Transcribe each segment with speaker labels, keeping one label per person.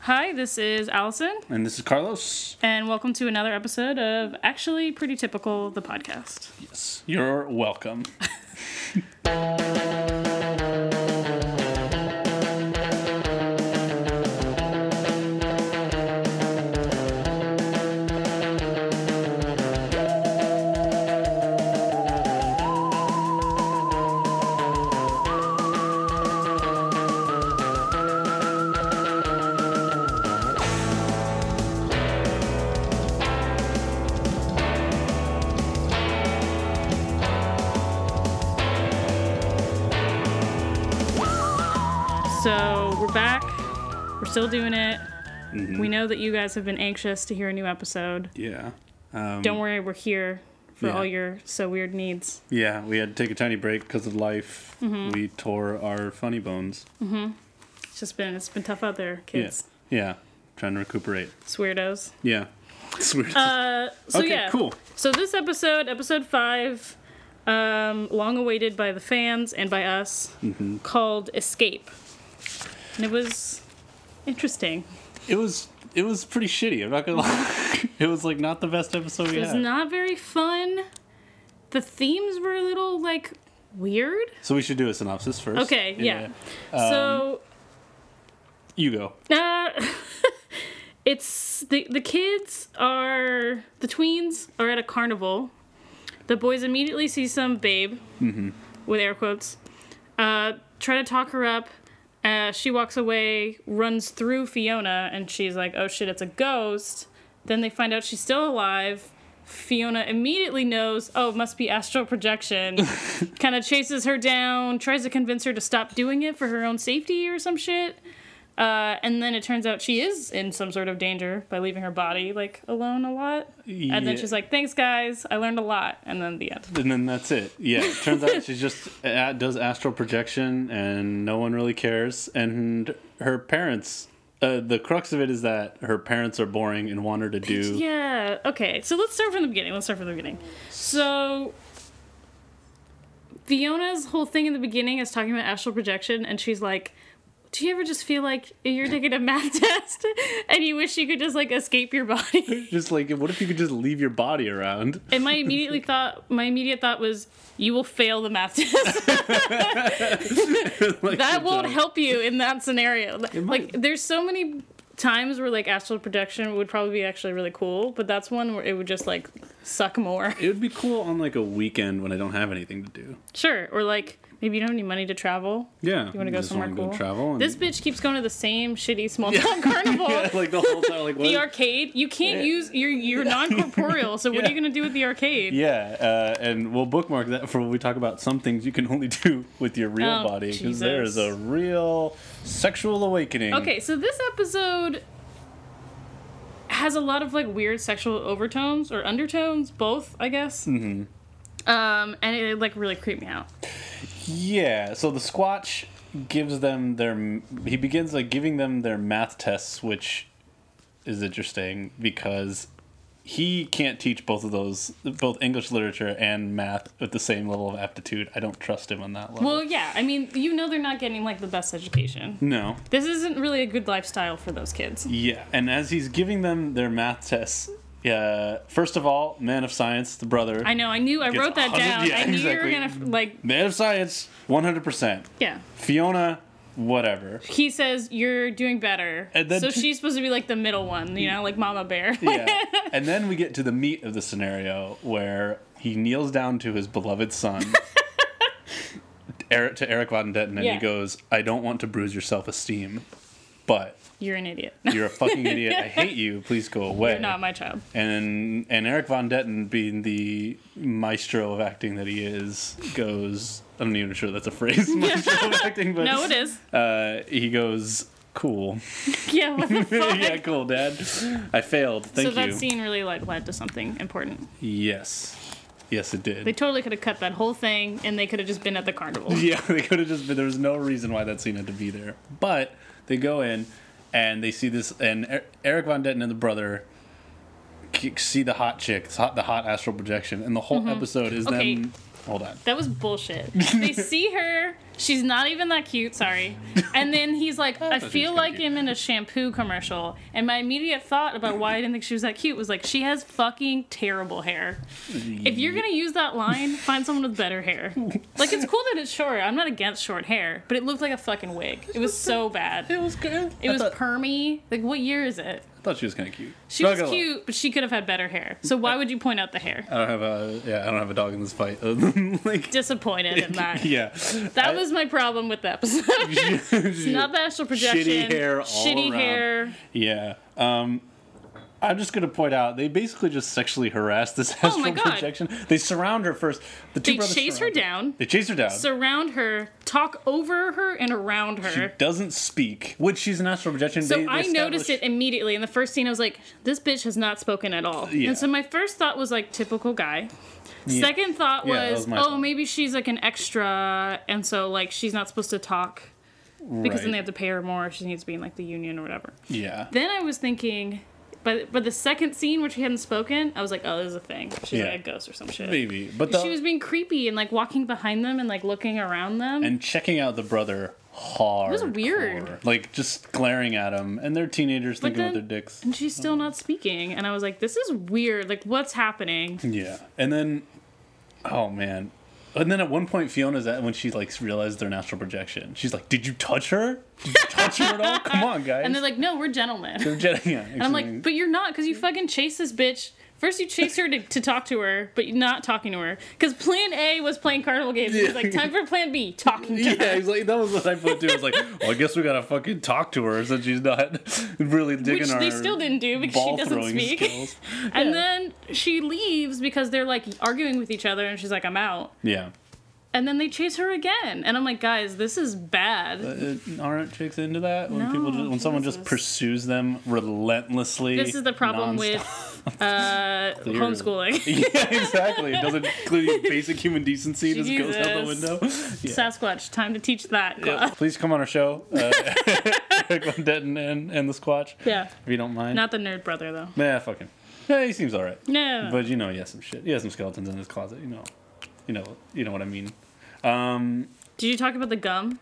Speaker 1: Hi, this is Allison,
Speaker 2: And this is Carlos.
Speaker 1: and welcome to another episode of Actually Pretty Typical, the podcast.
Speaker 2: Yes. You're welcome.
Speaker 1: So we're back, we're still doing it.
Speaker 2: Mm-hmm.
Speaker 1: We know that you guys have been anxious to hear a new episode.
Speaker 2: Yeah.
Speaker 1: Don't worry, we're here for
Speaker 2: Um, yeah.
Speaker 1: all your so weird needs.
Speaker 2: Yeah, we had to take a tiny break because of life. We tore our funny bones.
Speaker 1: It's just been it's been tough out there, kids,
Speaker 2: Yeah. Yeah. Trying to recuperate.
Speaker 1: It's weirdos.
Speaker 2: Yeah. It's weird.
Speaker 1: Uh, So
Speaker 2: okay,
Speaker 1: yeah,
Speaker 2: cool.
Speaker 1: So this episode, episode five, um, long awaited by the fans and by us,
Speaker 2: Mm-hmm.
Speaker 1: called Escape, and it was interesting.
Speaker 2: It was it was pretty shitty, I'm not gonna lie. it was like not the best episode we
Speaker 1: It was
Speaker 2: had.
Speaker 1: not very fun. The themes were a little like weird.
Speaker 2: so we should do a synopsis first.
Speaker 1: Okay, yeah. so
Speaker 2: You go.
Speaker 1: uh, it's the the kids are the tweens are at a carnival. The boys immediately see some babe with air quotes. Uh, try to talk her up. Uh, she walks away, runs through Fiona, and she's like, "Oh shit, it's a ghost." Then they find out she's still alive. Fiona immediately knows, "Oh, it must be astral projection." kind of chases her down, tries to convince her to stop doing it for her own safety or some shit. Uh, and then it turns out she is in some sort of danger by leaving her body like alone a lot. And then
Speaker 2: Yeah.
Speaker 1: she's like, "Thanks, guys, I learned a lot." And then the end.
Speaker 2: And then that's it. Yeah, it turns out she just uh, does astral projection, and no one really cares. And her parents. Uh, the crux of it is that her parents are boring and want her to do.
Speaker 1: Yeah. Okay. So let's start from the beginning. Let's start from the beginning. So Fiona's whole thing in the beginning is talking about astral projection, and she's like, "Do you ever just feel like you're taking a math test, and you wish you could just like escape your body?"
Speaker 2: Just like, what if you could just leave your body around?
Speaker 1: And my immediately thought, my immediate thought was, "You will fail the math test.
Speaker 2: Like,
Speaker 1: that
Speaker 2: good
Speaker 1: won't
Speaker 2: job.
Speaker 1: help you in that scenario." Like,
Speaker 2: might.
Speaker 1: there's so many times where like astral projection would probably be actually really cool, but that's one where it would just like suck more.
Speaker 2: It would be cool on like a weekend when I don't have anything to do.
Speaker 1: Sure, or like maybe you don't have any money to travel.
Speaker 2: Yeah,
Speaker 1: You want to go
Speaker 2: just
Speaker 1: somewhere
Speaker 2: wanna
Speaker 1: cool?
Speaker 2: travel. And
Speaker 1: This bitch keeps going to the same shitty small town carnival.
Speaker 2: yeah, like the whole time, like what?
Speaker 1: The arcade. You can't
Speaker 2: Yeah.
Speaker 1: use you're you're non corporeal. So what are you
Speaker 2: Yeah.
Speaker 1: gonna do with the arcade?
Speaker 2: yeah, uh, and we'll bookmark that for when we talk about some things you can only do with your real
Speaker 1: Oh,
Speaker 2: body because there is
Speaker 1: Jesus.
Speaker 2: a real sexual awakening.
Speaker 1: Okay, so this episode has a lot of like weird sexual overtones or undertones, both I guess. Mm-hmm. Um, and it like really creeped me out.
Speaker 2: Yeah, so the Squatch gives them their. He begins like giving them their math tests, which is interesting because he can't teach both of those, both English literature and math, with the same level of aptitude. I don't trust him on that level.
Speaker 1: Well, yeah, I mean, you know they're not getting like the best education.
Speaker 2: no.
Speaker 1: This isn't really a good lifestyle for those kids.
Speaker 2: Yeah, and as he's giving them their math tests, yeah, first of all, man of science, the brother,
Speaker 1: I know. I knew. I
Speaker 2: Gets
Speaker 1: wrote that
Speaker 2: 100
Speaker 1: down.
Speaker 2: yeah,
Speaker 1: I knew you were
Speaker 2: exactly.
Speaker 1: gonna like.
Speaker 2: man of science, one hundred percent.
Speaker 1: Yeah.
Speaker 2: Fiona, whatever.
Speaker 1: He says you're doing better.
Speaker 2: And then
Speaker 1: so
Speaker 2: t-
Speaker 1: she's supposed to be like the middle one, you know, like Mama Bear.
Speaker 2: yeah. And then we get to the meat of the scenario where he kneels down to his beloved son, Eric, to Eric Von Detten, and
Speaker 1: Yeah.
Speaker 2: he goes, I don't want to bruise your self esteem, but
Speaker 1: you're an idiot.
Speaker 2: you're a fucking idiot. I hate you. Please go away.
Speaker 1: You're not my child.
Speaker 2: and, and Eric Von Detten, being the maestro of acting that he is, goes, I'm not even sure that's a phrase, maestro of acting, but
Speaker 1: No, it is.
Speaker 2: Uh, he goes, Cool.
Speaker 1: Yeah. What the fuck?
Speaker 2: yeah, cool, Dad. I failed. Thank
Speaker 1: so
Speaker 2: you.
Speaker 1: that scene really like led to something important.
Speaker 2: Yes. Yes, it did.
Speaker 1: They totally could have cut that whole thing, and they could have just been at the carnival.
Speaker 2: yeah, they could have just been. There was no reason why that scene had to be there. But they go in and they see this, and Er- Eric Von Detten and the brother k- see the hot chick, the hot, the hot astral projection, and the whole episode is
Speaker 1: Mm-hmm. Okay.
Speaker 2: them. Hold on.
Speaker 1: That was bullshit. they see her. She's not even that cute, sorry. And then he's like, I,
Speaker 2: thought she
Speaker 1: feel
Speaker 2: was kinda
Speaker 1: like
Speaker 2: cute.
Speaker 1: him in a shampoo commercial. And my immediate thought about why I didn't think she was that cute was like, she has fucking terrible hair. If you're gonna use that line, find someone with better hair. Like, it's cool that it's short. I'm not against short hair, but it looked like a fucking wig. It was so bad.
Speaker 2: It was good.
Speaker 1: It
Speaker 2: I
Speaker 1: was
Speaker 2: thought,
Speaker 1: permy. Like, what year is it?
Speaker 2: I thought she was kind of cute.
Speaker 1: She
Speaker 2: Not
Speaker 1: was
Speaker 2: gonna lie. Uh,
Speaker 1: cute, but she could have had better hair. So why would you point out the hair?
Speaker 2: I don't have a yeah. I don't have a dog in this fight. other than, like
Speaker 1: Disappointed in that.
Speaker 2: yeah,
Speaker 1: That
Speaker 2: I-
Speaker 1: was my problem with the episode. Not the astral projection.
Speaker 2: hair all
Speaker 1: Shitty
Speaker 2: around.
Speaker 1: hair.
Speaker 2: Yeah. Um, I'm just gonna point out they basically just sexually harass this astral
Speaker 1: Oh my God.
Speaker 2: projection. They surround her first. The two
Speaker 1: They
Speaker 2: brothers
Speaker 1: chase her
Speaker 2: surround
Speaker 1: down,
Speaker 2: They chase her down.
Speaker 1: surround her, talk over her and around
Speaker 2: she
Speaker 1: her.
Speaker 2: doesn't speak, which she's an astral projection.
Speaker 1: So
Speaker 2: They- they
Speaker 1: I noticed
Speaker 2: establish-
Speaker 1: it immediately in the first scene. I was like, "This bitch has not spoken at all."
Speaker 2: Yeah.
Speaker 1: And so my first thought was like, "Typical guy." Second thought
Speaker 2: Yeah, that
Speaker 1: was,
Speaker 2: was my
Speaker 1: "Oh,
Speaker 2: thought.
Speaker 1: maybe she's like an extra, and so like she's not supposed to talk because then
Speaker 2: Right.
Speaker 1: they have to pay her more. She needs to be in like the union or whatever."
Speaker 2: Yeah.
Speaker 1: Then I was thinking, but but the second scene where she hadn't spoken, I was like, "Oh, this is a thing. She's
Speaker 2: Yeah.
Speaker 1: like a ghost or some shit."
Speaker 2: Maybe, but the,
Speaker 1: She was being creepy and like walking behind them and like looking around them.
Speaker 2: and checking out the brother hard. It
Speaker 1: was weird.
Speaker 2: Like just glaring at him, and they're teenagers
Speaker 1: But
Speaker 2: thinking with
Speaker 1: then-
Speaker 2: their dicks.
Speaker 1: and she's still not speaking. And I was like, this is weird. Like, what's happening?
Speaker 2: Yeah, and then, oh man, and then at one point Fiona's at when she like realized their natural projection. She's like, "Did you touch her? Did you touch her at all? Come on, guys!"
Speaker 1: And they're like, no, we're gentlemen. And
Speaker 2: Jen- yeah, and
Speaker 1: I'm like, but you're not because you fucking chase this bitch. First, you chase her to, to talk to her, but you're not talking to her. Because plan A was playing carnival games. It was like, time for plan B, talking to
Speaker 2: yeah,
Speaker 1: her.
Speaker 2: he's like, that was what I put too. I was like, well, I guess we gotta fucking talk to her since she's not really digging
Speaker 1: Which
Speaker 2: our
Speaker 1: they still didn't do because she
Speaker 2: ball
Speaker 1: doesn't
Speaker 2: throwing
Speaker 1: speak.
Speaker 2: skills.
Speaker 1: And then she leaves because they're like arguing with each other, and she's like, I'm out.
Speaker 2: Yeah,
Speaker 1: And then they chase her again. And I'm like, guys, this is bad.
Speaker 2: Uh, aren't chicks into that when people
Speaker 1: No,
Speaker 2: just, when someone just
Speaker 1: Jesus.
Speaker 2: pursues them relentlessly?
Speaker 1: This is the problem
Speaker 2: nonstop?
Speaker 1: with uh,
Speaker 2: Clearly.
Speaker 1: homeschooling.
Speaker 2: yeah, exactly. It doesn't include basic human decency. It Just goes out the
Speaker 1: Jesus.
Speaker 2: window. Yeah.
Speaker 1: Sasquatch, time to teach that
Speaker 2: Yeah,
Speaker 1: class.
Speaker 2: please come on our show, uh, Eric Von Detten and, and the Squatch,
Speaker 1: Yeah.
Speaker 2: if you don't mind.
Speaker 1: Not the nerd brother, though.
Speaker 2: nah, fuck him. Yeah, he seems all right,
Speaker 1: No.
Speaker 2: but you know, he has some shit. He has some skeletons in his closet. You know, you know, you know what I mean. Um,
Speaker 1: Did you talk about the gum?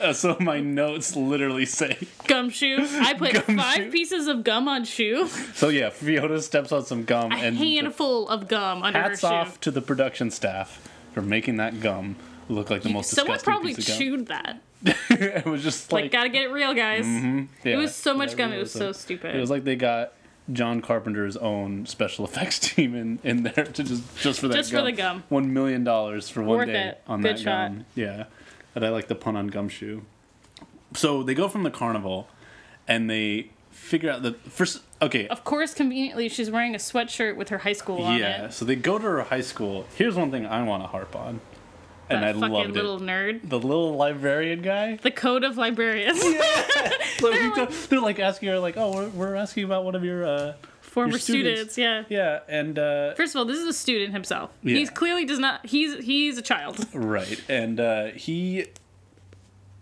Speaker 2: uh, so my notes literally say.
Speaker 1: Gum shoe? I put
Speaker 2: Gum
Speaker 1: five
Speaker 2: shoe.
Speaker 1: pieces of gum on shoe,
Speaker 2: So yeah, Fiona steps on some gum
Speaker 1: a
Speaker 2: and
Speaker 1: handful of gum under
Speaker 2: hats
Speaker 1: her shoe.
Speaker 2: off to the production staff for making that gum look like the most
Speaker 1: Someone
Speaker 2: disgusting
Speaker 1: probably
Speaker 2: piece of gum.
Speaker 1: chewed that.
Speaker 2: it was just
Speaker 1: Like,
Speaker 2: like, mm-hmm.
Speaker 1: gotta get it real, guys.
Speaker 2: yeah,
Speaker 1: It was so much
Speaker 2: that
Speaker 1: gum, it
Speaker 2: really
Speaker 1: was so stupid.
Speaker 2: It was like they got John Carpenter's own special effects team in, in there to just just for that
Speaker 1: Just for
Speaker 2: gum.
Speaker 1: the gum.
Speaker 2: One million dollars for one
Speaker 1: Worth
Speaker 2: day
Speaker 1: it.
Speaker 2: on
Speaker 1: Good
Speaker 2: that
Speaker 1: shot.
Speaker 2: gum. Yeah, and I like the pun on gumshoe. So they go from the carnival, and they figure out the first. Okay,
Speaker 1: of course, conveniently, she's wearing a sweatshirt with her high school on
Speaker 2: yeah.
Speaker 1: it.
Speaker 2: So they go to her high school. Here's one thing I want to harp on,
Speaker 1: That
Speaker 2: and I
Speaker 1: fucking
Speaker 2: loved
Speaker 1: little
Speaker 2: it.
Speaker 1: nerd.
Speaker 2: The little librarian guy.
Speaker 1: The code of librarians.
Speaker 2: So he t- they're like asking her, like, "Oh, we're, we're asking about one of your uh,
Speaker 1: Former
Speaker 2: Your students.
Speaker 1: students, yeah.
Speaker 2: yeah," and uh,
Speaker 1: First of all, this is a student himself.
Speaker 2: Yeah.
Speaker 1: He's clearly does not. He's he's a child.
Speaker 2: Right, and uh, he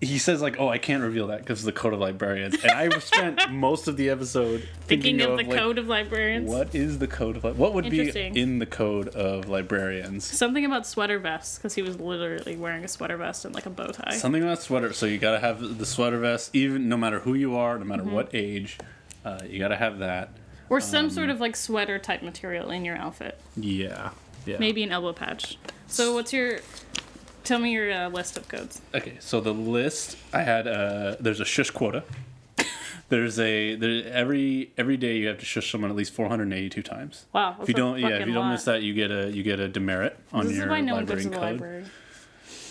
Speaker 2: he says like, "Oh, I can't reveal that because of the code of librarians." And I spent most of the episode
Speaker 1: Thinking, of, the
Speaker 2: like,
Speaker 1: code of librarians.
Speaker 2: What is the code of li- what would be
Speaker 1: Interesting.
Speaker 2: in the code of librarians?
Speaker 1: Something about sweater vests because he was literally wearing a sweater vest and like a bow tie.
Speaker 2: Something about sweater. So you gotta have the sweater vest, even no matter who you are, no
Speaker 1: Mm-hmm.
Speaker 2: matter what age. Uh, you gotta have that.
Speaker 1: or some sort of like sweater type material in your outfit.
Speaker 2: um, Yeah. Yeah.
Speaker 1: Maybe an elbow patch. So what's your? Tell me your uh, list of codes.
Speaker 2: Okay, so the list I had uh there's a shush quota. There's a there every every day you have to shush someone at least 482 times.
Speaker 1: Wow, that's
Speaker 2: If you
Speaker 1: a
Speaker 2: don't yeah, if
Speaker 1: fucking
Speaker 2: you don't miss
Speaker 1: lot.
Speaker 2: that, you get a you get a demerit on
Speaker 1: This
Speaker 2: your
Speaker 1: is why no one goes
Speaker 2: librarian
Speaker 1: to the
Speaker 2: code.
Speaker 1: library.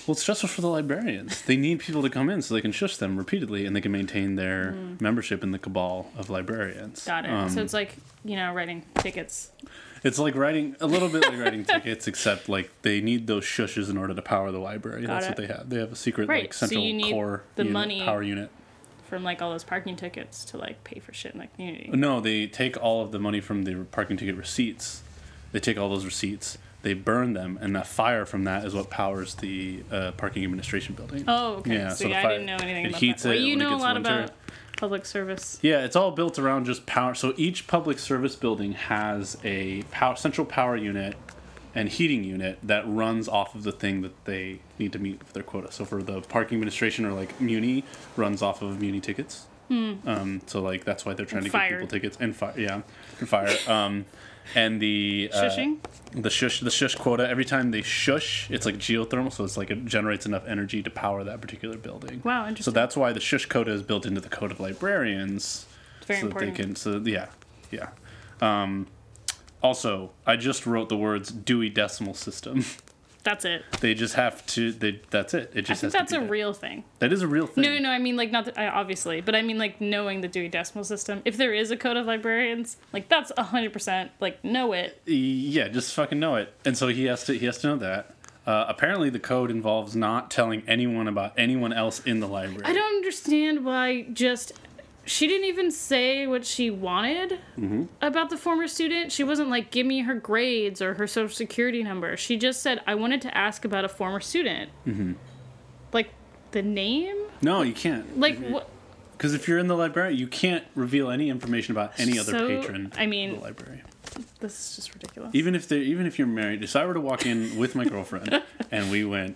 Speaker 2: Well, it's stressful for the librarians. They need people to come in so they can shush them repeatedly and they can maintain their membership in the cabal of librarians.
Speaker 1: Mm. Got it.
Speaker 2: Um,
Speaker 1: so it's like you know writing tickets.
Speaker 2: it's like writing a little bit like writing tickets, except like they need those shushes in order to power the library. That's
Speaker 1: it.
Speaker 2: what they have. They have a secret
Speaker 1: Right,
Speaker 2: like
Speaker 1: so
Speaker 2: central
Speaker 1: you need
Speaker 2: core
Speaker 1: the
Speaker 2: unit,
Speaker 1: money.
Speaker 2: power unit.
Speaker 1: From like all those parking tickets to like pay for shit in the community.
Speaker 2: No, they take all of the money from the parking ticket receipts. They take all those receipts, they burn them, and the fire from that is what powers the uh, parking administration building.
Speaker 1: Oh, okay.
Speaker 2: Yeah,
Speaker 1: so
Speaker 2: so the
Speaker 1: yeah, I
Speaker 2: fire-
Speaker 1: didn't know anything
Speaker 2: it
Speaker 1: about
Speaker 2: heats
Speaker 1: that. Well,
Speaker 2: it
Speaker 1: you
Speaker 2: when
Speaker 1: know
Speaker 2: it
Speaker 1: a
Speaker 2: gets
Speaker 1: lot
Speaker 2: winter.
Speaker 1: about public service.
Speaker 2: Yeah, it's all built around just power. So each public service building has a power, central power unit and heating unit that runs off of the thing that they need to meet for their quota. So for the parking administration or like Muni runs off of Muni tickets. Um, so like that's why they're trying
Speaker 1: Hmm. And
Speaker 2: to
Speaker 1: fire.
Speaker 2: give people tickets and fire. Yeah, and fire. Um, and the uh,
Speaker 1: Shushing?
Speaker 2: the shush the shush quota. Every time they shush, it's like geothermal, so it's like it generates enough energy to power that particular building.
Speaker 1: Wow,
Speaker 2: So
Speaker 1: interesting.
Speaker 2: that's why the shush quota is built into the code of librarians.
Speaker 1: It's very
Speaker 2: so
Speaker 1: important.
Speaker 2: That they can, so yeah, yeah. Um, also, I just wrote the words Dewey Decimal System.
Speaker 1: That's it.
Speaker 2: They just have to. They that's it. It
Speaker 1: I
Speaker 2: just
Speaker 1: think
Speaker 2: has
Speaker 1: that's
Speaker 2: to
Speaker 1: a
Speaker 2: be that.
Speaker 1: real thing.
Speaker 2: That is a real thing.
Speaker 1: No, no, no, I mean like not that, I- obviously, but I mean like knowing the Dewey Decimal System. If there is a code of librarians, like that's hundred percent like know it.
Speaker 2: E, Yeah, just fucking know it. And so he has to. He has to know that. Uh, apparently, the code involves not telling anyone about anyone else in the library.
Speaker 1: I don't understand why just she didn't even say what she wanted
Speaker 2: Mm-hmm.
Speaker 1: about the former student. She wasn't like give me her grades or her social security number. She just said I wanted to ask about a former student. Mm-hmm. Like the name?
Speaker 2: no, you can't.
Speaker 1: Like what?
Speaker 2: Because if you're in the library, you can't reveal any information about any other
Speaker 1: So,
Speaker 2: patron.
Speaker 1: I mean-
Speaker 2: of the library.
Speaker 1: This is just ridiculous.
Speaker 2: Even if they, even if you're married, if I were to walk in with my girlfriend and we went,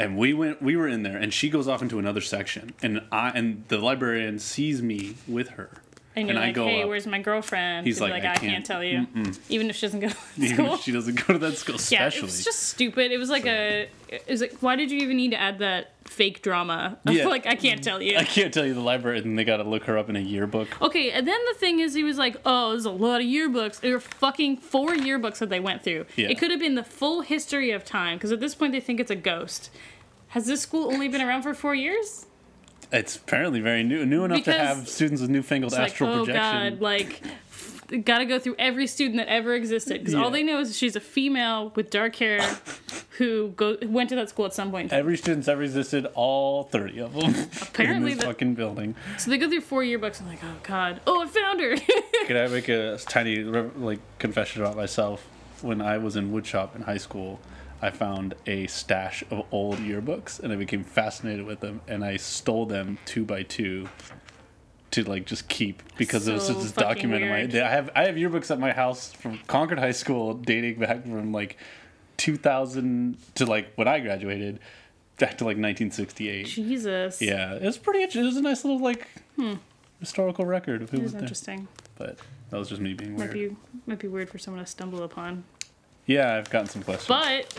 Speaker 2: and we went, we were in there, and she goes off into another section, and I and the librarian sees me with her,
Speaker 1: And you're like, hey, where's my girlfriend?
Speaker 2: He's
Speaker 1: She'd be
Speaker 2: like,
Speaker 1: "I
Speaker 2: "I
Speaker 1: can't,
Speaker 2: can't-
Speaker 1: tell you," even if she doesn't go to
Speaker 2: even
Speaker 1: school.
Speaker 2: if she doesn't go to that school,
Speaker 1: Yeah,
Speaker 2: especially.
Speaker 1: it was just stupid. It was like a. It was like, why did you even need to add that fake drama? Of
Speaker 2: Yeah.
Speaker 1: like, I can't tell you.
Speaker 2: I can't tell you the library, and they got to look her up in a yearbook.
Speaker 1: Okay, and then the thing is, he was like, "Oh, there's a lot of yearbooks. There were fucking four yearbooks that they went through.
Speaker 2: Yeah.
Speaker 1: It could have been the full history of time because at this point they think it's a ghost. Has this school only been around for four years?
Speaker 2: It's apparently very new, new enough to
Speaker 1: Because-
Speaker 2: have students with newfangled
Speaker 1: It's
Speaker 2: astral
Speaker 1: like, oh
Speaker 2: projection.
Speaker 1: god, like." Got to go through every student that ever existed because all
Speaker 2: Yeah.
Speaker 1: they know is she's a female with dark hair who go went to that school at some point. in time.
Speaker 2: Every student's ever existed, all thirty of them,
Speaker 1: Apparently
Speaker 2: in this
Speaker 1: the-
Speaker 2: fucking building.
Speaker 1: So they go through four yearbooks and like, oh god, oh I found her.
Speaker 2: Could I make a tiny like confession about myself? When I was in woodshop in high school, I found a stash of old yearbooks, and I became fascinated with them, and I stole them two by two to like just keep because it was
Speaker 1: So
Speaker 2: just this
Speaker 1: fucking
Speaker 2: document in
Speaker 1: weird.
Speaker 2: my. I have I have yearbooks at my house from Concord High School dating back from like 2000 to like when I graduated, back to like 1968.
Speaker 1: Jesus.
Speaker 2: Yeah, it was pretty. It was a nice little like
Speaker 1: Hmm.
Speaker 2: historical record of who
Speaker 1: It
Speaker 2: was
Speaker 1: was
Speaker 2: there.
Speaker 1: interesting.
Speaker 2: But that was just me being
Speaker 1: Might
Speaker 2: weird.
Speaker 1: be might be weird for someone to stumble upon.
Speaker 2: Yeah, I've gotten some questions.
Speaker 1: But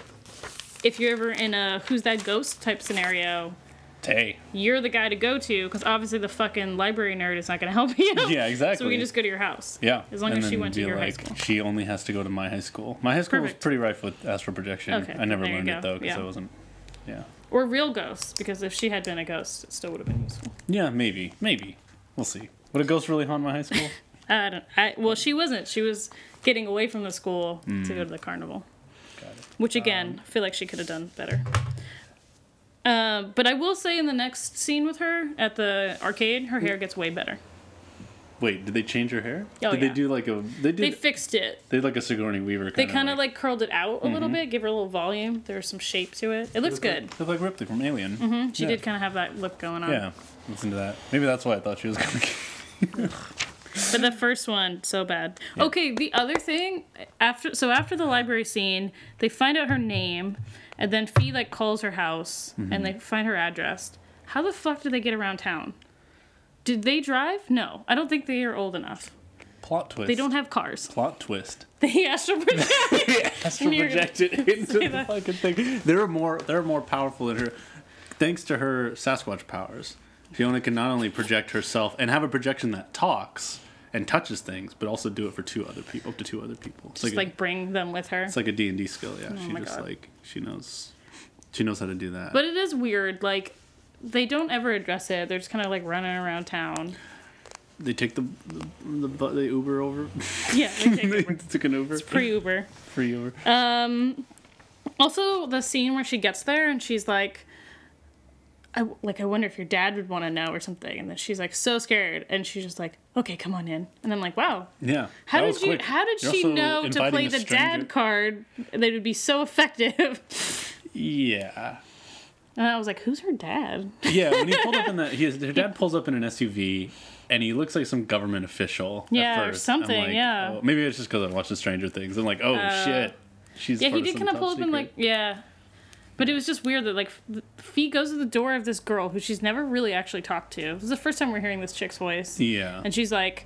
Speaker 1: if you're ever in a who's that ghost type scenario,
Speaker 2: hey,
Speaker 1: you're the guy to go to because obviously the fucking library nerd is not going to help you.
Speaker 2: Yeah,
Speaker 1: So we
Speaker 2: exactly.
Speaker 1: can just go to your house.
Speaker 2: yeah.
Speaker 1: As long
Speaker 2: And
Speaker 1: as she
Speaker 2: then
Speaker 1: went to
Speaker 2: be
Speaker 1: your high
Speaker 2: like,
Speaker 1: school.
Speaker 2: She only has to go to my high school. My high school
Speaker 1: Perfect.
Speaker 2: was pretty rife with astral projection.
Speaker 1: Okay,
Speaker 2: I never
Speaker 1: there you
Speaker 2: learned
Speaker 1: go.
Speaker 2: it though because
Speaker 1: Yeah.
Speaker 2: I wasn't. Yeah.
Speaker 1: Or real ghosts because if she had been a ghost, it still would have been useful.
Speaker 2: Yeah, maybe, maybe. We'll see. Would a ghost really haunt my high school?
Speaker 1: I don't. I, well, she wasn't. She was getting away from the school to go to the carnival.
Speaker 2: Got it.
Speaker 1: Which again, I feel like she could have done better. Uh, but I will say in the next scene with her at the arcade, her hair gets way better.
Speaker 2: Wait, did they change her hair?
Speaker 1: Oh,
Speaker 2: did
Speaker 1: yeah.
Speaker 2: they do like a? They did.
Speaker 1: They
Speaker 2: They,
Speaker 1: fixed it.
Speaker 2: did like a Sigourney Weaver.
Speaker 1: They kind of like, curled it out a little bit, give her a little volume. There was some shape to it. It looks good. Mm-hmm.
Speaker 2: They like Ripley from Alien.
Speaker 1: She
Speaker 2: yeah.
Speaker 1: did kind of have that lip going on.
Speaker 2: Yeah, listen to that. Maybe that's why I thought she was going. to
Speaker 1: But the first one, so bad. Okay, the other thing after so after the library scene, they find out her name, and then Fee like calls her house
Speaker 2: Mm-hmm.
Speaker 1: and they find her address. How the fuck did they get around town? Did they drive? No, I don't think they are old enough.
Speaker 2: Plot twist.
Speaker 1: They don't have cars.
Speaker 2: plot twist.
Speaker 1: They astral project.
Speaker 2: astral
Speaker 1: You're gonna
Speaker 2: projected into the
Speaker 1: that.
Speaker 2: fucking thing. They're more they're more powerful than her. Thanks to her Sasquatch powers, Fiona can not only project herself and have a projection that talks and touches things, but also do it for two other people, up to two other people. It's
Speaker 1: Just
Speaker 2: like, a,
Speaker 1: like bring them with her.
Speaker 2: it's like a D and D skill. Yeah, she
Speaker 1: my
Speaker 2: just
Speaker 1: God.
Speaker 2: like she knows she knows how to do that.
Speaker 1: But it is weird. Like they don't ever address it. They're just kind of like running around town.
Speaker 2: they take the the, the bu- they Uber over.
Speaker 1: Yeah, they take
Speaker 2: they
Speaker 1: Uber.
Speaker 2: took an Uber.
Speaker 1: pre Uber.
Speaker 2: free Uber.
Speaker 1: Um, also the scene where she gets there and she's like, I like I wonder if your dad would want to know or something, and then she's like so scared, and she's just like, okay, come on in, and I'm like, wow,
Speaker 2: yeah.
Speaker 1: how
Speaker 2: that
Speaker 1: did
Speaker 2: was
Speaker 1: you?
Speaker 2: quick.
Speaker 1: How did
Speaker 2: You're
Speaker 1: she
Speaker 2: also
Speaker 1: know to
Speaker 2: inviting
Speaker 1: play
Speaker 2: a
Speaker 1: the
Speaker 2: stranger-
Speaker 1: dad card? That would be so effective.
Speaker 2: Yeah.
Speaker 1: And I was like, who's her dad?
Speaker 2: Yeah, when he pulled up in that, his her dad pulls up in an SUV, and he looks like some government official. at
Speaker 1: Yeah, or
Speaker 2: first.
Speaker 1: something,
Speaker 2: I'm like,
Speaker 1: yeah.
Speaker 2: oh, maybe it's just because I watched the Stranger Things. I'm like, oh shit, She's
Speaker 1: Yeah,
Speaker 2: part
Speaker 1: he did
Speaker 2: some
Speaker 1: kind of
Speaker 2: top
Speaker 1: pull up and like
Speaker 2: secret.
Speaker 1: yeah, but it was just weird that like F- Fee goes to the door of this girl who she's never really actually talked to. This is the first time we're hearing this chick's voice,
Speaker 2: Yeah.
Speaker 1: and she's like,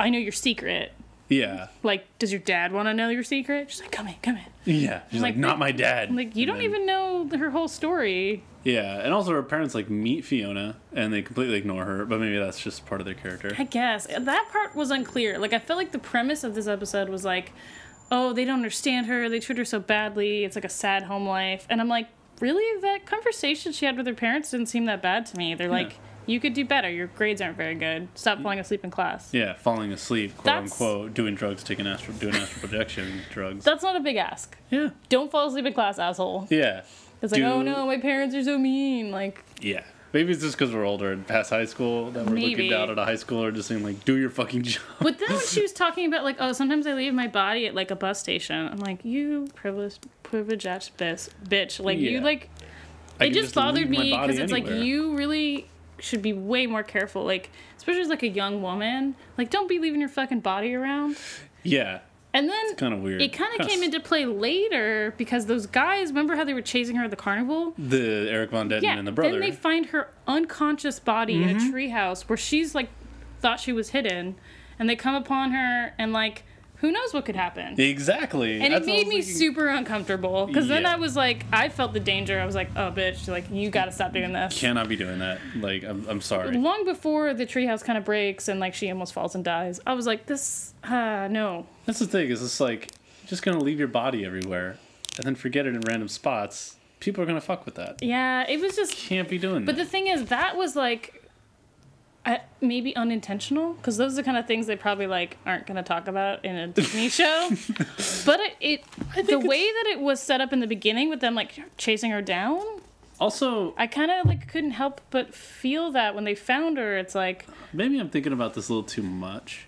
Speaker 1: "I know your secret."
Speaker 2: yeah.
Speaker 1: Like, does your dad want to know your secret? She's like, "Come in, come in."
Speaker 2: Yeah. She's like,
Speaker 1: like,
Speaker 2: not
Speaker 1: like-
Speaker 2: my dad.
Speaker 1: I'm like, you
Speaker 2: And
Speaker 1: don't
Speaker 2: then-
Speaker 1: even know her whole story.
Speaker 2: Yeah. And also her parents like meet Fiona and they completely ignore her, but maybe that's just part of their character.
Speaker 1: I guess that part was unclear. Like, I felt like the premise of this episode was like, "Oh, they don't understand her. They treat her so badly. It's like a sad home life." And I'm like, really? That conversation she had with her parents didn't seem that bad to me. They're like, "You could do better. Your grades aren't very good. Stop falling asleep in class."
Speaker 2: Mm. Yeah, falling asleep, quote
Speaker 1: That's-
Speaker 2: unquote, doing drugs, taking astral, doing astral projection, drugs.
Speaker 1: That's not a big ask.
Speaker 2: yeah,
Speaker 1: Don't fall asleep in class, asshole.
Speaker 2: yeah,
Speaker 1: It's like,
Speaker 2: Do-
Speaker 1: oh no, my parents are so mean. Like,
Speaker 2: yeah. Maybe it's just because we're older and past high school that we're looking
Speaker 1: Maybe.
Speaker 2: down at a high schooler just saying like, "Do your fucking job."
Speaker 1: But then when she was talking about like, oh, sometimes I leave my body at like a bus station. I'm like, you privileged, privileged ass bis- bitch. Like you
Speaker 2: Yeah.
Speaker 1: like.
Speaker 2: I
Speaker 1: It
Speaker 2: can
Speaker 1: just, bothered
Speaker 2: leave my
Speaker 1: me
Speaker 2: body
Speaker 1: because it's like
Speaker 2: anywhere.
Speaker 1: you really should be way more careful. Like especially as like a young woman, like don't be leaving your fucking body around.
Speaker 2: Yeah,
Speaker 1: And then
Speaker 2: kind of weird.
Speaker 1: it kind of
Speaker 2: Kinda
Speaker 1: came
Speaker 2: s-
Speaker 1: into play later because those guys remember how they were chasing her at the carnival.
Speaker 2: the Eric Von Detten
Speaker 1: Yeah,
Speaker 2: and the brother.
Speaker 1: then they find her unconscious body in a treehouse where she's like thought she was hidden, and they come upon her and like who knows what could happen.
Speaker 2: exactly.
Speaker 1: and it
Speaker 2: That's what I
Speaker 1: made
Speaker 2: was
Speaker 1: me
Speaker 2: thinking.
Speaker 1: super uncomfortable because then
Speaker 2: Yeah.
Speaker 1: I was like, I felt the danger. I was like, oh bitch, like you gotta stop doing this.
Speaker 2: Cannot be doing that. Like, I'm, I'm sorry.
Speaker 1: Long before the treehouse kind of breaks and like she almost falls and dies, I was like, this, uh, no.
Speaker 2: That's the thing. Is it's like you're just gonna leave your body everywhere and then forget it in random spots. People are gonna fuck with that.
Speaker 1: Yeah, it was just
Speaker 2: Can't be doing
Speaker 1: But
Speaker 2: that.
Speaker 1: the thing is, that was like I, maybe unintentional because those are the kind of things they probably like aren't going to talk about in a Disney show. But it, it the
Speaker 2: it's-
Speaker 1: way that it was set up in the beginning with them like chasing her down,
Speaker 2: also,
Speaker 1: I kind of like couldn't help but feel that when they found her, it's like
Speaker 2: Maybe I'm thinking about this a little too much,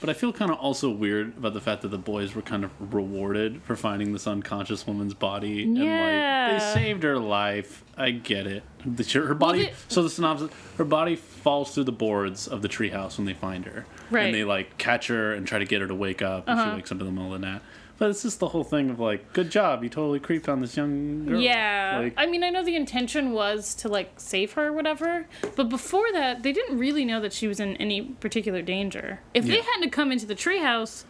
Speaker 2: but I feel kind of also weird about the fact that the boys were kind of rewarded for finding this unconscious woman's body. And like,
Speaker 1: Yeah.
Speaker 2: they saved her life. I get it. The, her her body.
Speaker 1: they-
Speaker 2: so the synopsis: her body falls through the boards of the treehouse when they find her,
Speaker 1: Right. Uh-huh.
Speaker 2: and they like catch her and try to get her to wake up, and she wakes up in the middle of the night. But it's just the whole thing of like, good job, you totally creeped on this young girl.
Speaker 1: Yeah.
Speaker 2: Like,
Speaker 1: I mean, I know the intention was to like save her or whatever, but before that, they didn't really know that she was in any particular danger. If they
Speaker 2: Yeah.
Speaker 1: hadn't have come into the treehouse,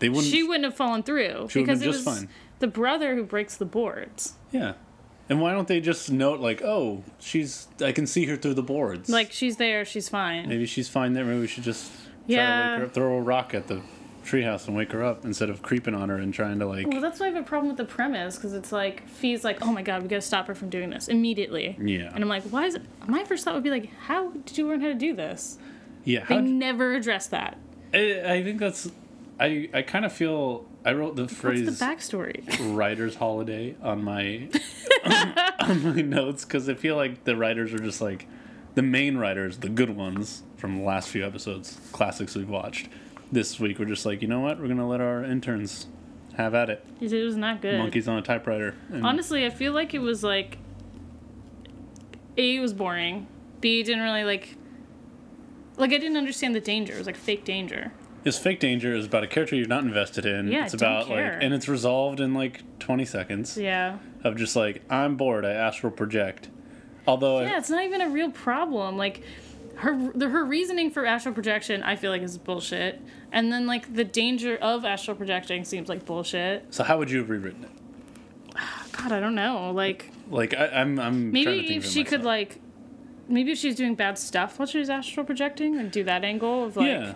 Speaker 2: they wouldn't.
Speaker 1: she wouldn't have fallen through
Speaker 2: She would've
Speaker 1: because
Speaker 2: been
Speaker 1: it
Speaker 2: just
Speaker 1: was
Speaker 2: fine.
Speaker 1: the brother who breaks the boards.
Speaker 2: Yeah. And why don't they just note like, oh, she's I can see her through the boards.
Speaker 1: Like she's there, she's fine.
Speaker 2: maybe she's fine there. Maybe we should just try to
Speaker 1: Yeah.
Speaker 2: wake her up, throw a rock at the treehouse and wake her up instead of creeping on her and trying to like.
Speaker 1: Well, that's why I have a problem with the premise because it's like Fee's like, oh my god, we gotta stop her from doing this immediately.
Speaker 2: Yeah.
Speaker 1: And I'm like, why is it? My first thought would be like, how did you learn how to do this?
Speaker 2: yeah.
Speaker 1: They
Speaker 2: How,
Speaker 1: never address that.
Speaker 2: I, I think that's. I I kind of feel I wrote the
Speaker 1: What's
Speaker 2: phrase
Speaker 1: the backstory?
Speaker 2: "writer's holiday" on my on my notes because I feel like the writers are just like the main writers, the good ones from the last few episodes, classics we've watched. This week we're just like, you know what? We're gonna let our interns have at it.
Speaker 1: it was not good.
Speaker 2: Monkeys on a typewriter. And
Speaker 1: Honestly, I feel like it was like A it was boring. B it didn't really like like I didn't understand the danger. It was like fake danger.
Speaker 2: This fake danger is about a character you're not invested in.
Speaker 1: Yeah,
Speaker 2: it's
Speaker 1: don't
Speaker 2: about
Speaker 1: care.
Speaker 2: like, and it's resolved in like 20 seconds
Speaker 1: Yeah.
Speaker 2: of just like, I'm bored. I astral project. Although,
Speaker 1: Yeah, it's not even a real problem. Like her the, her reasoning for astral projection, I feel like is bullshit. And then like the danger of astral projecting seems like bullshit.
Speaker 2: I, so how would you have rewritten it?
Speaker 1: God, I don't know. Like
Speaker 2: Like I, I'm, I'm trying to
Speaker 1: maybe
Speaker 2: think
Speaker 1: if
Speaker 2: of it
Speaker 1: she could
Speaker 2: myself.
Speaker 1: like maybe if she's doing bad stuff while she's astral projecting, like do that angle of like
Speaker 2: yeah,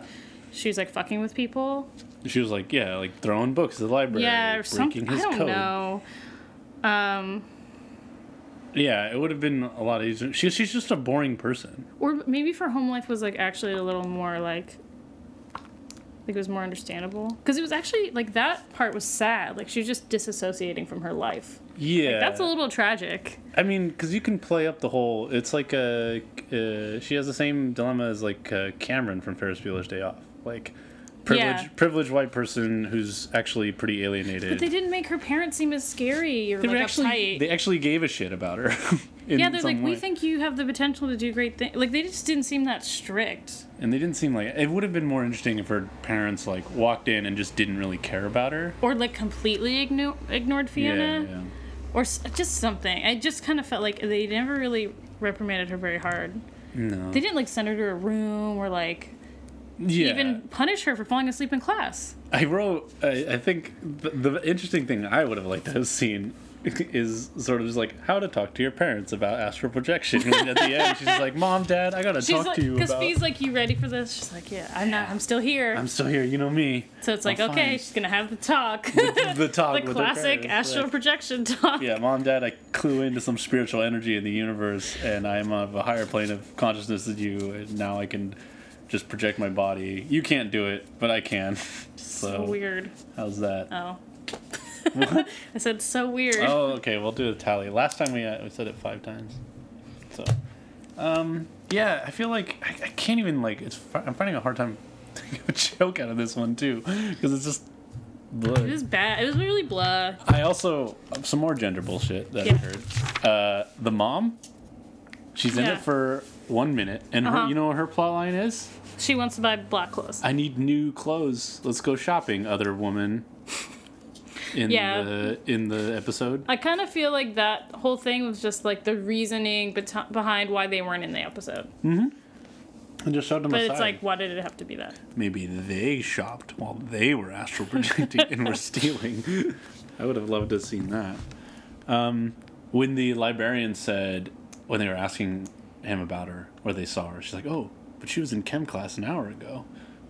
Speaker 1: she's like fucking with people.
Speaker 2: she was like, yeah, like throwing books at the library,
Speaker 1: yeah, or
Speaker 2: breaking
Speaker 1: something. I
Speaker 2: his
Speaker 1: don't
Speaker 2: code.
Speaker 1: know. Um,
Speaker 2: Yeah, it would have been a lot easier. She, she's just a boring person.
Speaker 1: or maybe if her home life was like actually a little more like, like it was more understandable because it was actually like that part was sad. Like she was just disassociating from her life.
Speaker 2: Yeah,
Speaker 1: That's a little tragic.
Speaker 2: I mean, because you can play up the whole. It's like a. Uh, she has the same dilemma as like uh, Cameron from Ferris Bueller's Day Off. Like, privileged,
Speaker 1: Yeah.
Speaker 2: privileged white person who's actually pretty alienated.
Speaker 1: But they didn't make her parents seem as scary or
Speaker 2: They were
Speaker 1: like
Speaker 2: actually
Speaker 1: uptight.
Speaker 2: they actually gave a shit about her. in
Speaker 1: yeah, they're
Speaker 2: some
Speaker 1: like,
Speaker 2: way.
Speaker 1: we think you have the potential to do great things. Like, they just didn't seem that strict.
Speaker 2: and they didn't seem like it would have been more interesting if her parents like walked in and just didn't really care about her.
Speaker 1: Or, like, completely igno- ignored Fiona.
Speaker 2: yeah.
Speaker 1: Or s- just something. I just kind of felt like they never really reprimanded her very hard.
Speaker 2: No.
Speaker 1: They didn't, like, send her to a room or, like,
Speaker 2: yeah.
Speaker 1: even punish her for falling asleep in class.
Speaker 2: I wrote. I, I think the, the interesting thing I would have liked to have seen is sort of just like how to talk to your parents about astral projection. And at the end, she's like, "Mom, Dad, I gotta
Speaker 1: She's
Speaker 2: talk
Speaker 1: like,
Speaker 2: to you
Speaker 1: because
Speaker 2: about."
Speaker 1: Fee's like, you ready for this? She's like, yeah, I'm not, I'm still here.
Speaker 2: I'm still here. You know me.
Speaker 1: so it's like,
Speaker 2: I'm
Speaker 1: okay,
Speaker 2: fine.
Speaker 1: she's gonna have the talk.
Speaker 2: the talk.
Speaker 1: the
Speaker 2: with her
Speaker 1: classic
Speaker 2: parents,
Speaker 1: astral
Speaker 2: like,
Speaker 1: projection talk.
Speaker 2: yeah, mom, dad, I clue into some spiritual energy in the universe, and I am of a higher plane of consciousness than you, and now I can just project my body. You can't do it, but I can.
Speaker 1: So
Speaker 2: So,
Speaker 1: weird.
Speaker 2: how's that?
Speaker 1: Oh. I said so weird.
Speaker 2: Oh, okay. We'll do a tally. Last time we uh, we said it five times. So, um, yeah, I feel like I, I can't even like. It's fi- I'm finding a hard time to get a joke out of this one too, because it's just.
Speaker 1: It
Speaker 2: Bleh.
Speaker 1: was bad. It was really blah.
Speaker 2: I also um, some more gender bullshit that I
Speaker 1: Yeah.
Speaker 2: heard. Uh, the mom, she's in
Speaker 1: Yeah.
Speaker 2: it for one minute, and her,
Speaker 1: Uh-huh.
Speaker 2: you know what her plot line is?
Speaker 1: She wants to buy black clothes.
Speaker 2: I need new clothes. Let's go shopping, other woman. In
Speaker 1: Yeah.
Speaker 2: the in the episode,
Speaker 1: I kind of feel like that whole thing was just like the reasoning bet- behind why they weren't in the episode.
Speaker 2: and just showed them.
Speaker 1: But
Speaker 2: aside.
Speaker 1: it's like, why did it have to be that?
Speaker 2: Maybe they shopped while they were astral projecting and were stealing. I would have loved to have seen that. Um, when the librarian said, when they were asking him about her, where they saw her, she's like, oh, but she was in chem class an hour ago.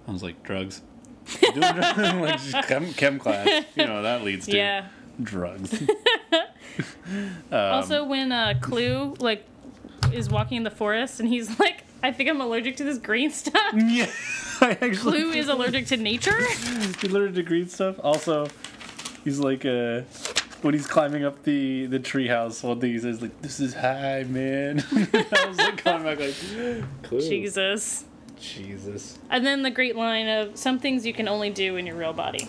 Speaker 2: I was like, drugs. Doing drugs? like, she's chem, chem class. You know, that leads to
Speaker 1: Yeah.
Speaker 2: drugs. Um,
Speaker 1: also, when uh, Clue like is walking in the forest and he's like, I think I'm allergic to this green stuff.
Speaker 2: yeah. I actually
Speaker 1: Clue is allergic to nature.
Speaker 2: He learned to green stuff. Also, he's like uh when he's climbing up the the treehouse. One thing he says like, "This is high, man." I was like coming back like, Clue.
Speaker 1: Jesus.
Speaker 2: Jesus.
Speaker 1: And then the great line of some things you can only do in your real body.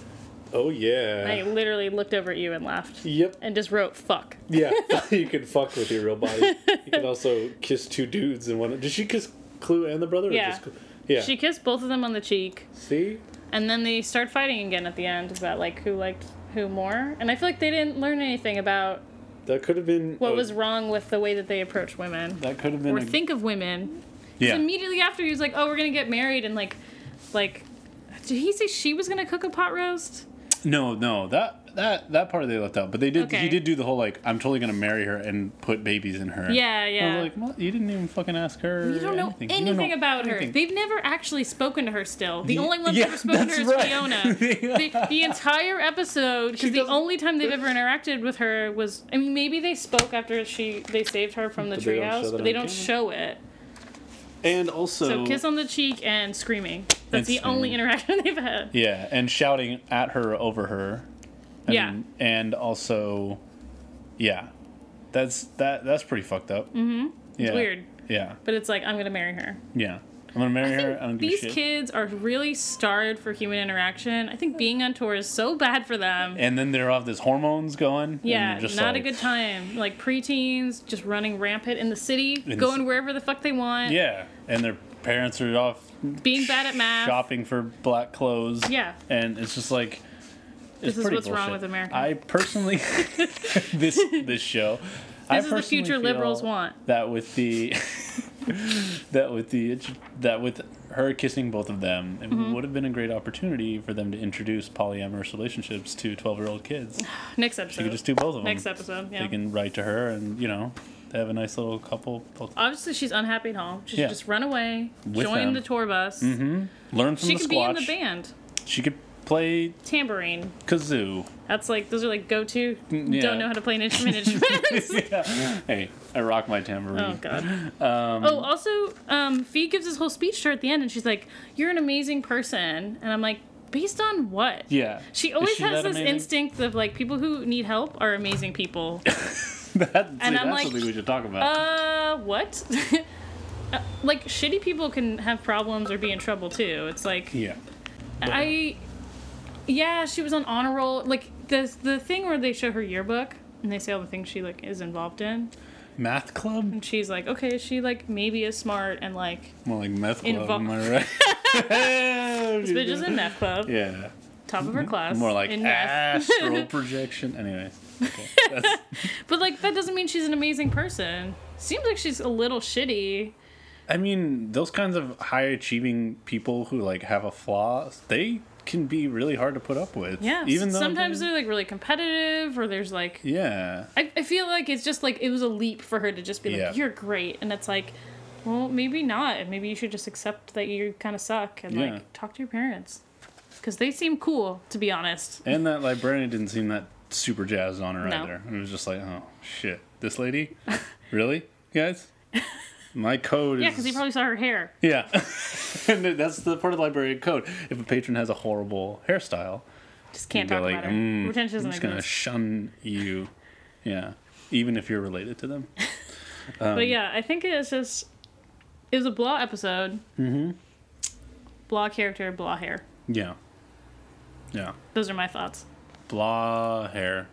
Speaker 2: Oh
Speaker 1: I
Speaker 2: yeah.
Speaker 1: literally looked over at you and laughed
Speaker 2: Yep.
Speaker 1: and just wrote fuck.
Speaker 2: Yeah. you can fuck with your real body. You can also kiss two dudes in one. Did she kiss Clue and the brother?
Speaker 1: Yeah. just Clu-
Speaker 2: yeah.
Speaker 1: She kissed both of them on the cheek,
Speaker 2: See.
Speaker 1: and then they start fighting again at the end about like who liked who more. And I feel like they didn't learn anything about
Speaker 2: That could have been.
Speaker 1: what was wrong with the way that they approach women
Speaker 2: Oh. That could have been.
Speaker 1: or think of women. 'Cause
Speaker 2: yeah.
Speaker 1: Immediately after, he was like, "Oh, we're gonna get married," and like, like, did he say she was gonna cook a pot roast?
Speaker 2: No, no, that that that part they left out. But they did. He
Speaker 1: Okay.
Speaker 2: did do the whole like, I'm totally gonna marry her and put babies in her.
Speaker 1: Yeah, yeah.
Speaker 2: I was like, well, you didn't even fucking ask her.
Speaker 1: you don't know anything,
Speaker 2: anything, You don't know
Speaker 1: about her.
Speaker 2: anything.
Speaker 1: They've never actually spoken to her. Still, the
Speaker 2: Ye-
Speaker 1: only one
Speaker 2: yeah,
Speaker 1: that's ever spoken to her
Speaker 2: that's
Speaker 1: is
Speaker 2: right.
Speaker 1: Fiona. the, the entire episode,
Speaker 2: She
Speaker 1: because the
Speaker 2: doesn't-
Speaker 1: only time they've ever interacted with her was, I mean, maybe they spoke after she they saved her from the
Speaker 2: But they don't show
Speaker 1: treehouse,
Speaker 2: that
Speaker 1: but they
Speaker 2: on
Speaker 1: don't
Speaker 2: camera.
Speaker 1: show it.
Speaker 2: and also,
Speaker 1: So kiss on the cheek and screaming. That's the
Speaker 2: And
Speaker 1: only
Speaker 2: screaming.
Speaker 1: interaction they've had.
Speaker 2: yeah, and shouting at her over her. I
Speaker 1: Yeah.
Speaker 2: mean, and also, yeah, that's that that's pretty fucked up. Mm-hmm. Yeah.
Speaker 1: weird.
Speaker 2: Yeah,
Speaker 1: But it's like I'm gonna marry her.
Speaker 2: yeah. I'm gonna marry
Speaker 1: I
Speaker 2: her.
Speaker 1: think
Speaker 2: I don't give a
Speaker 1: these
Speaker 2: shit.
Speaker 1: kids are really starved for human interaction. I think being on tour is so bad for them.
Speaker 2: and then they're off this hormones going. and
Speaker 1: Yeah,
Speaker 2: you're just
Speaker 1: not
Speaker 2: like,
Speaker 1: a good time. Like preteens just running rampant in the city,
Speaker 2: the
Speaker 1: going
Speaker 2: ci-
Speaker 1: wherever the fuck they want.
Speaker 2: Yeah, and their parents are off
Speaker 1: Being bad at math.
Speaker 2: shopping for black clothes.
Speaker 1: Yeah.
Speaker 2: and it's just like it's
Speaker 1: This is
Speaker 2: pretty
Speaker 1: what's wrong
Speaker 2: bullshit.
Speaker 1: with America.
Speaker 2: I personally this this show. I
Speaker 1: This is the
Speaker 2: personally
Speaker 1: future
Speaker 2: feel
Speaker 1: liberals want.
Speaker 2: That with the that with the that with her kissing both of them, it
Speaker 1: Mm-hmm.
Speaker 2: would have been a great opportunity for them to introduce polyamorous relationships to twelve year old kids.
Speaker 1: Next episode.
Speaker 2: You could just do both of them.
Speaker 1: Next episode. Yeah.
Speaker 2: They can write to her, and you know, they have a nice little couple. Both
Speaker 1: Obviously, she's unhappy at home. She should
Speaker 2: Yeah.
Speaker 1: just run away,
Speaker 2: With
Speaker 1: join
Speaker 2: them.
Speaker 1: the tour bus.
Speaker 2: learn from
Speaker 1: She
Speaker 2: the
Speaker 1: could
Speaker 2: squash.
Speaker 1: be in the band.
Speaker 2: She could play
Speaker 1: Tambourine.
Speaker 2: kazoo.
Speaker 1: That's like those are like go to.
Speaker 2: yeah.
Speaker 1: Don't know how to play an instrument. instruments.
Speaker 2: Hey, I rock my tambourine.
Speaker 1: Oh god. oh, also, um, Fee gives this whole speech to her at the end, and she's like, "You're an amazing person," and I'm like, "Based on what?"
Speaker 2: Yeah.
Speaker 1: She
Speaker 2: Is
Speaker 1: always has
Speaker 2: that
Speaker 1: this
Speaker 2: amazing?
Speaker 1: instinct of like people who need help are amazing people.
Speaker 2: That- see,
Speaker 1: I'm
Speaker 2: that's
Speaker 1: like,
Speaker 2: something we should talk about.
Speaker 1: uh, what? Uh, like shitty people can have problems or be in trouble too. It's like
Speaker 2: yeah.
Speaker 1: I, yeah, she was on honor roll. Like the the thing where they show her yearbook and they say all the things she like is involved in.
Speaker 2: Math club?
Speaker 1: And she's like, okay, she like maybe is smart and like
Speaker 2: More like meth club,
Speaker 1: Invol-
Speaker 2: am I right?
Speaker 1: this bitch is in math club,
Speaker 2: Yeah.
Speaker 1: top of her class,
Speaker 2: Mm-hmm. More like
Speaker 1: in math.
Speaker 2: astral projection. Anyway. Okay. That's,
Speaker 1: But like that doesn't mean she's an amazing person. Seems like she's a little shitty.
Speaker 2: I mean, those kinds of high achieving people who like have a flaw, they can be really hard to put up with.
Speaker 1: Yeah.
Speaker 2: Even though
Speaker 1: sometimes
Speaker 2: they-
Speaker 1: they're like really competitive or there's like
Speaker 2: Yeah.
Speaker 1: I, I feel like it's just like it was a leap for her to just be like,
Speaker 2: Yeah.
Speaker 1: You're great and it's like, well, maybe not. And maybe you should just accept that you kinda suck and
Speaker 2: Yeah.
Speaker 1: like talk to your parents. Cause they seem cool, to be honest.
Speaker 2: And that librarian didn't seem that super jazzed on her
Speaker 1: No.
Speaker 2: either. It was just like, oh shit, this lady, really, guys? My code
Speaker 1: Yeah,
Speaker 2: is
Speaker 1: because he probably saw her hair.
Speaker 2: yeah. and that's the part of the librarian code. If a patron has a horrible hairstyle,
Speaker 1: Just can't
Speaker 2: They're
Speaker 1: talk
Speaker 2: like,
Speaker 1: about her.
Speaker 2: "Mm,
Speaker 1: Pretend she
Speaker 2: I'm
Speaker 1: doesn't
Speaker 2: just gonna
Speaker 1: exist.
Speaker 2: shun you. Yeah, even if you're related to them. Um,
Speaker 1: but yeah, I think it's just it was a blah episode. Mm-hmm. Blah character, blah hair.
Speaker 2: Yeah, yeah.
Speaker 1: Those are my thoughts.
Speaker 2: Blah hair.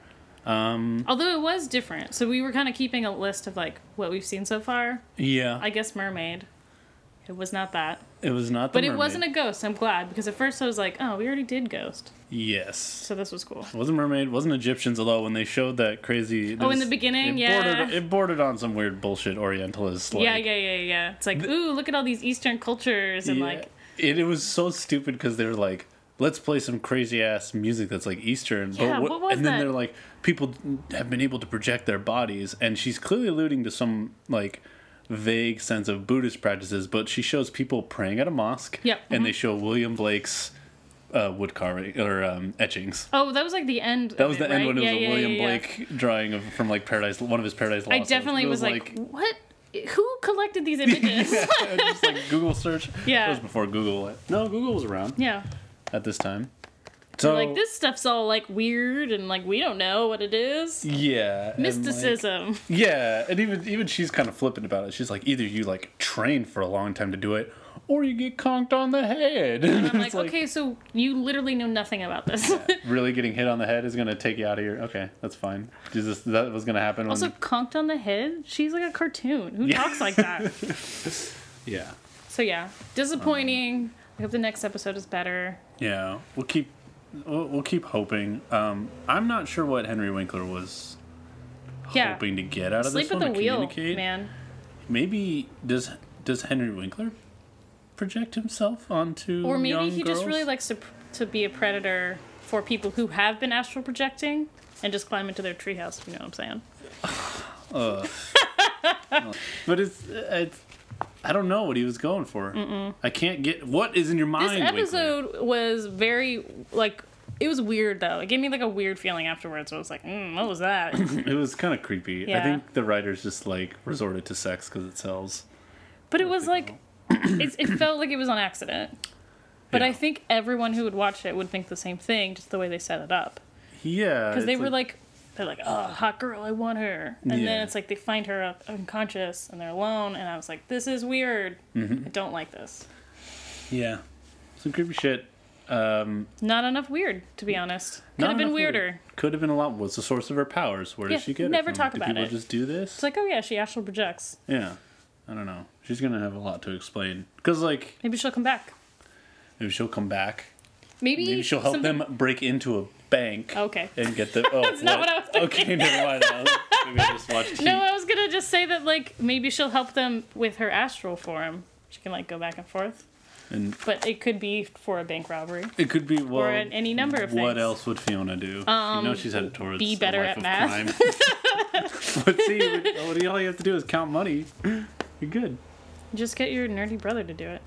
Speaker 1: Although it was different, so we were kind of keeping a list of like what we've seen so far.
Speaker 2: Yeah,
Speaker 1: I guess mermaid. It was not that,
Speaker 2: it was not. The
Speaker 1: but it wasn't a ghost. I'm glad because at first I was like, oh, we already did ghost,
Speaker 2: yes.
Speaker 1: so this was cool.
Speaker 2: It wasn't mermaid. Wasn't Egyptians. Although when they showed that crazy.
Speaker 1: Oh, in
Speaker 2: this-
Speaker 1: the beginning,
Speaker 2: it
Speaker 1: yeah.
Speaker 2: Bordered, it bordered on some weird bullshit Orientalist. Like,
Speaker 1: yeah, yeah, yeah, yeah. It's like, ooh, look at all these Eastern cultures and
Speaker 2: yeah.
Speaker 1: like,
Speaker 2: it, it was so stupid because they were like, "Let's play some crazy ass music that's like Eastern."
Speaker 1: Yeah,
Speaker 2: but
Speaker 1: what was
Speaker 2: and then
Speaker 1: that?
Speaker 2: they're like, people have been able to project their bodies, and she's clearly alluding to some like vague sense of Buddhist practices. But she shows people praying at a mosque.
Speaker 1: Yep, mm-hmm.
Speaker 2: and they show William Blake's uh, wood carving or um, etchings.
Speaker 1: oh, that was like the end.
Speaker 2: That was the end when it was a William
Speaker 1: yeah.
Speaker 2: Blake drawing of from like Paradise, one of his Paradise Lost.
Speaker 1: I
Speaker 2: ones.
Speaker 1: definitely
Speaker 2: It
Speaker 1: was, like, what? Who collected these images? yeah.
Speaker 2: just like Google search.
Speaker 1: Yeah.
Speaker 2: it was before Google. went- No, Google was around at this time. So
Speaker 1: Like this stuff's all like weird and like we don't know what it is.
Speaker 2: yeah, and, like,
Speaker 1: Mysticism.
Speaker 2: yeah, and even even she's kind of flippant about it. She's like, either you like train for a long time to do it, or you get conked on the head. And
Speaker 1: I'm like, okay, so you literally know nothing about this.
Speaker 2: Really getting hit on the head is gonna take you out of here. Okay, that's fine. Is this that was gonna happen?
Speaker 1: also,
Speaker 2: when,
Speaker 1: conked on the head. She's like a cartoon. Who talks like that?
Speaker 2: yeah,
Speaker 1: So yeah, disappointing. I hope the next episode is better.
Speaker 2: Yeah, we'll keep we'll, we'll keep hoping. Um, I'm not sure what Henry Winkler was
Speaker 1: Yeah,
Speaker 2: hoping to get out of
Speaker 1: sleep
Speaker 2: this
Speaker 1: at
Speaker 2: one.
Speaker 1: the
Speaker 2: to
Speaker 1: wheel,
Speaker 2: communicate.
Speaker 1: man.
Speaker 2: Maybe does does Henry Winkler project himself onto
Speaker 1: Or maybe
Speaker 2: young
Speaker 1: he
Speaker 2: girls?
Speaker 1: just really likes to, to be a predator for people who have been astral projecting and just climb into their treehouse. if You know what I'm saying?
Speaker 2: But it's it's I don't know what he was going for. I can't get what is in your mind.
Speaker 1: This
Speaker 2: Winkler?
Speaker 1: episode was very like it was weird though. It gave me like a weird feeling afterwards. I was like, mm, what was that?
Speaker 2: It was kind of creepy. I
Speaker 1: Yeah.
Speaker 2: think the writers just like resorted to sex because it sells.
Speaker 1: But it was like, it's, it felt like it was on accident. But I
Speaker 2: Yeah.
Speaker 1: think everyone who would watch it would think the same thing, just the way they set it up.
Speaker 2: Yeah,
Speaker 1: Because they
Speaker 2: it's
Speaker 1: were like, they're like, oh, hot girl, I want her. And
Speaker 2: Yeah.
Speaker 1: then it's like they find her up unconscious and they're alone. And I was like, this is weird.
Speaker 2: Mm-hmm.
Speaker 1: I don't like this.
Speaker 2: yeah, some creepy shit.
Speaker 1: Not enough weird, to be honest. Could
Speaker 2: Not
Speaker 1: have been
Speaker 2: enough weird.
Speaker 1: weirder.
Speaker 2: Could have been a lot. What's the source of her powers? Where
Speaker 1: Yeah,
Speaker 2: did she get
Speaker 1: never
Speaker 2: it? from?
Speaker 1: talk
Speaker 2: Did
Speaker 1: about
Speaker 2: people
Speaker 1: it.
Speaker 2: just do this?
Speaker 1: It's like, oh yeah, she astral projects.
Speaker 2: yeah, I don't know. She's gonna have a lot to explain because like
Speaker 1: Maybe she'll come back.
Speaker 2: maybe she'll come back.
Speaker 1: Maybe,
Speaker 2: Maybe she'll help
Speaker 1: something-
Speaker 2: them break into a bank
Speaker 1: Okay.
Speaker 2: and get the. Oh, That's
Speaker 1: not what I was
Speaker 2: Okay, never mind. I was- Maybe I just watched.
Speaker 1: No,
Speaker 2: Heat.
Speaker 1: I was gonna just say that like maybe she'll help them with her astral form. She can like go back and forth,
Speaker 2: and
Speaker 1: but it could be for a bank robbery
Speaker 2: it could be well.
Speaker 1: or an, any number of things. Um,
Speaker 2: What else would Fiona do? you know she's headed towards
Speaker 1: be
Speaker 2: a
Speaker 1: better
Speaker 2: life
Speaker 1: at
Speaker 2: of
Speaker 1: math.
Speaker 2: crime. but see, but- oh, all you have to do is count money. You're good.
Speaker 1: Just get your nerdy brother to do it.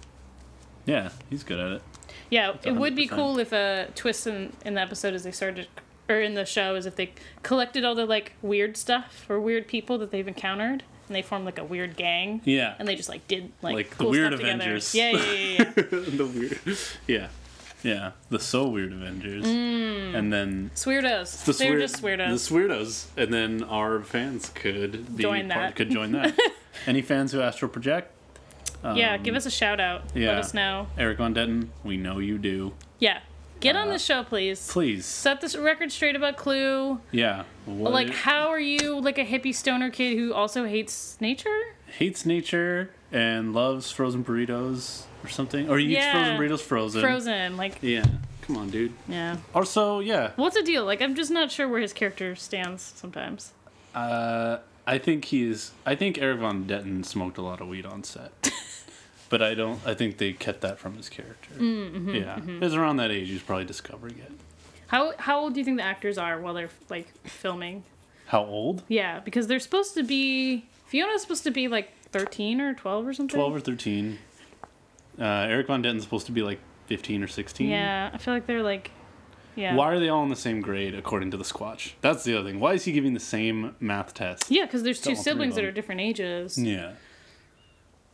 Speaker 2: Yeah, he's good at it.
Speaker 1: Yeah, it would be
Speaker 2: 100%.
Speaker 1: cool if a twist in, in the episode is they started or in the show is if they collected all the like weird stuff or weird people that they've encountered and they formed like a weird gang
Speaker 2: Yeah,
Speaker 1: and they just like did like,
Speaker 2: Like the
Speaker 1: cool
Speaker 2: Weird
Speaker 1: stuff together.
Speaker 2: Avengers.
Speaker 1: Yeah, yeah, yeah. yeah.
Speaker 2: the weird. Yeah. Yeah. The so weird Avengers. And then
Speaker 1: Sweirdos. Mm.
Speaker 2: the
Speaker 1: They're
Speaker 2: sweir-
Speaker 1: just weirdos.
Speaker 2: The Sweirdos. And then our fans could be
Speaker 1: Join
Speaker 2: part-
Speaker 1: that.
Speaker 2: could join that. Any fans who astral project?
Speaker 1: yeah, give us a shout out.
Speaker 2: um, yeah.
Speaker 1: Let us know.
Speaker 2: Eric on Denton, we know you do.
Speaker 1: Yeah. Get
Speaker 2: Uh-huh.
Speaker 1: on the show, please.
Speaker 2: Please.
Speaker 1: Set this record straight about Clue.
Speaker 2: Yeah. What
Speaker 1: Like,
Speaker 2: it-
Speaker 1: how are you, like a hippie stoner kid who also hates nature?
Speaker 2: hates nature and loves frozen burritos or something. Or he eats
Speaker 1: Yeah.
Speaker 2: frozen burritos frozen.
Speaker 1: Frozen, like,
Speaker 2: Yeah. Come on, dude.
Speaker 1: yeah.
Speaker 2: Also, yeah.
Speaker 1: What's the deal? Like, I'm just not sure where his character stands sometimes.
Speaker 2: Uh, I think he's. I think Eric Von Detten smoked a lot of weed on set, but I don't. I think they kept that from his character. yeah, it's around that age. He's probably discovering it.
Speaker 1: How how old do you think the actors are while they're like filming?
Speaker 2: How old?
Speaker 1: Yeah, because they're supposed to be Fiona's supposed to be like thirteen or twelve or something.
Speaker 2: Twelve or thirteen. Uh, Eric Von Detten's supposed to be like fifteen or sixteen.
Speaker 1: Yeah, I feel like they're like, yeah.
Speaker 2: Why are they all in the same grade according to the Squatch? That's the other thing. Why is he giving the same math test?
Speaker 1: Yeah, because there's two
Speaker 2: All three of
Speaker 1: siblings that
Speaker 2: them.
Speaker 1: are different ages.
Speaker 2: Yeah.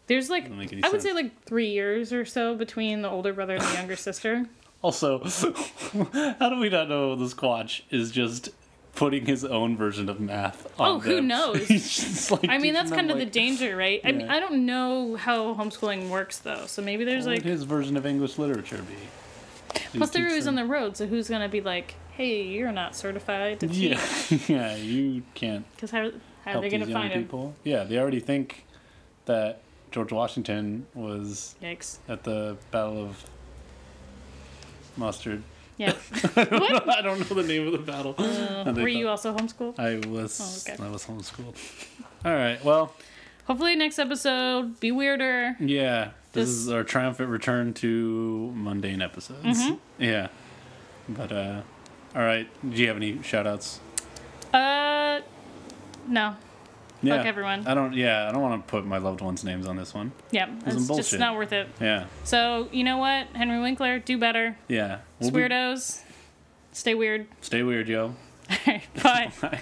Speaker 1: There's like I
Speaker 2: make any
Speaker 1: would say
Speaker 2: sense.
Speaker 1: like three years or so between the older brother and the younger sister.
Speaker 2: Also, how do we not know the Squatch is just putting his own version of math on
Speaker 1: Oh, who
Speaker 2: them?
Speaker 1: knows?
Speaker 2: He's just, like,
Speaker 1: I mean,
Speaker 2: teaching
Speaker 1: that's
Speaker 2: them,
Speaker 1: kind of the
Speaker 2: like,
Speaker 1: danger, right? I mean,
Speaker 2: Yeah.
Speaker 1: I don't know how homeschooling works though, so maybe there's
Speaker 2: What
Speaker 1: like
Speaker 2: would his version of English literature be?
Speaker 1: plus they're always on the road, so who's gonna be like, hey, you're not certified to teach?
Speaker 2: yeah, yeah. You can't
Speaker 1: Because how how are
Speaker 2: help
Speaker 1: they
Speaker 2: these
Speaker 1: gonna
Speaker 2: young
Speaker 1: find him?
Speaker 2: people. Yeah, they already think that George Washington was
Speaker 1: Yikes.
Speaker 2: at the Battle of Mustard.
Speaker 1: Yeah.
Speaker 2: I don't know the name of the battle. And they
Speaker 1: Were you
Speaker 2: thought-
Speaker 1: also homeschooled?
Speaker 2: I was.
Speaker 1: Uh, Oh, okay.
Speaker 2: I was homeschooled. All right. Well,
Speaker 1: Hopefully, next episode be weirder.
Speaker 2: yeah.
Speaker 1: This-
Speaker 2: This is our triumphant return to mundane episodes. Yeah. But uh, all right. Do you have any shout outs?
Speaker 1: Uh, no.
Speaker 2: Yeah.
Speaker 1: everyone.
Speaker 2: I don't. Yeah, I don't want to put my loved ones' names on this one.
Speaker 1: Yeah, it's just
Speaker 2: bullshit.
Speaker 1: not worth it.
Speaker 2: Yeah,
Speaker 1: So you know what, Henry Winkler, do better.
Speaker 2: yeah. We'll
Speaker 1: It's
Speaker 2: be-
Speaker 1: weirdos, stay weird.
Speaker 2: Stay weird, yo.
Speaker 1: All right, bye.
Speaker 2: Bye.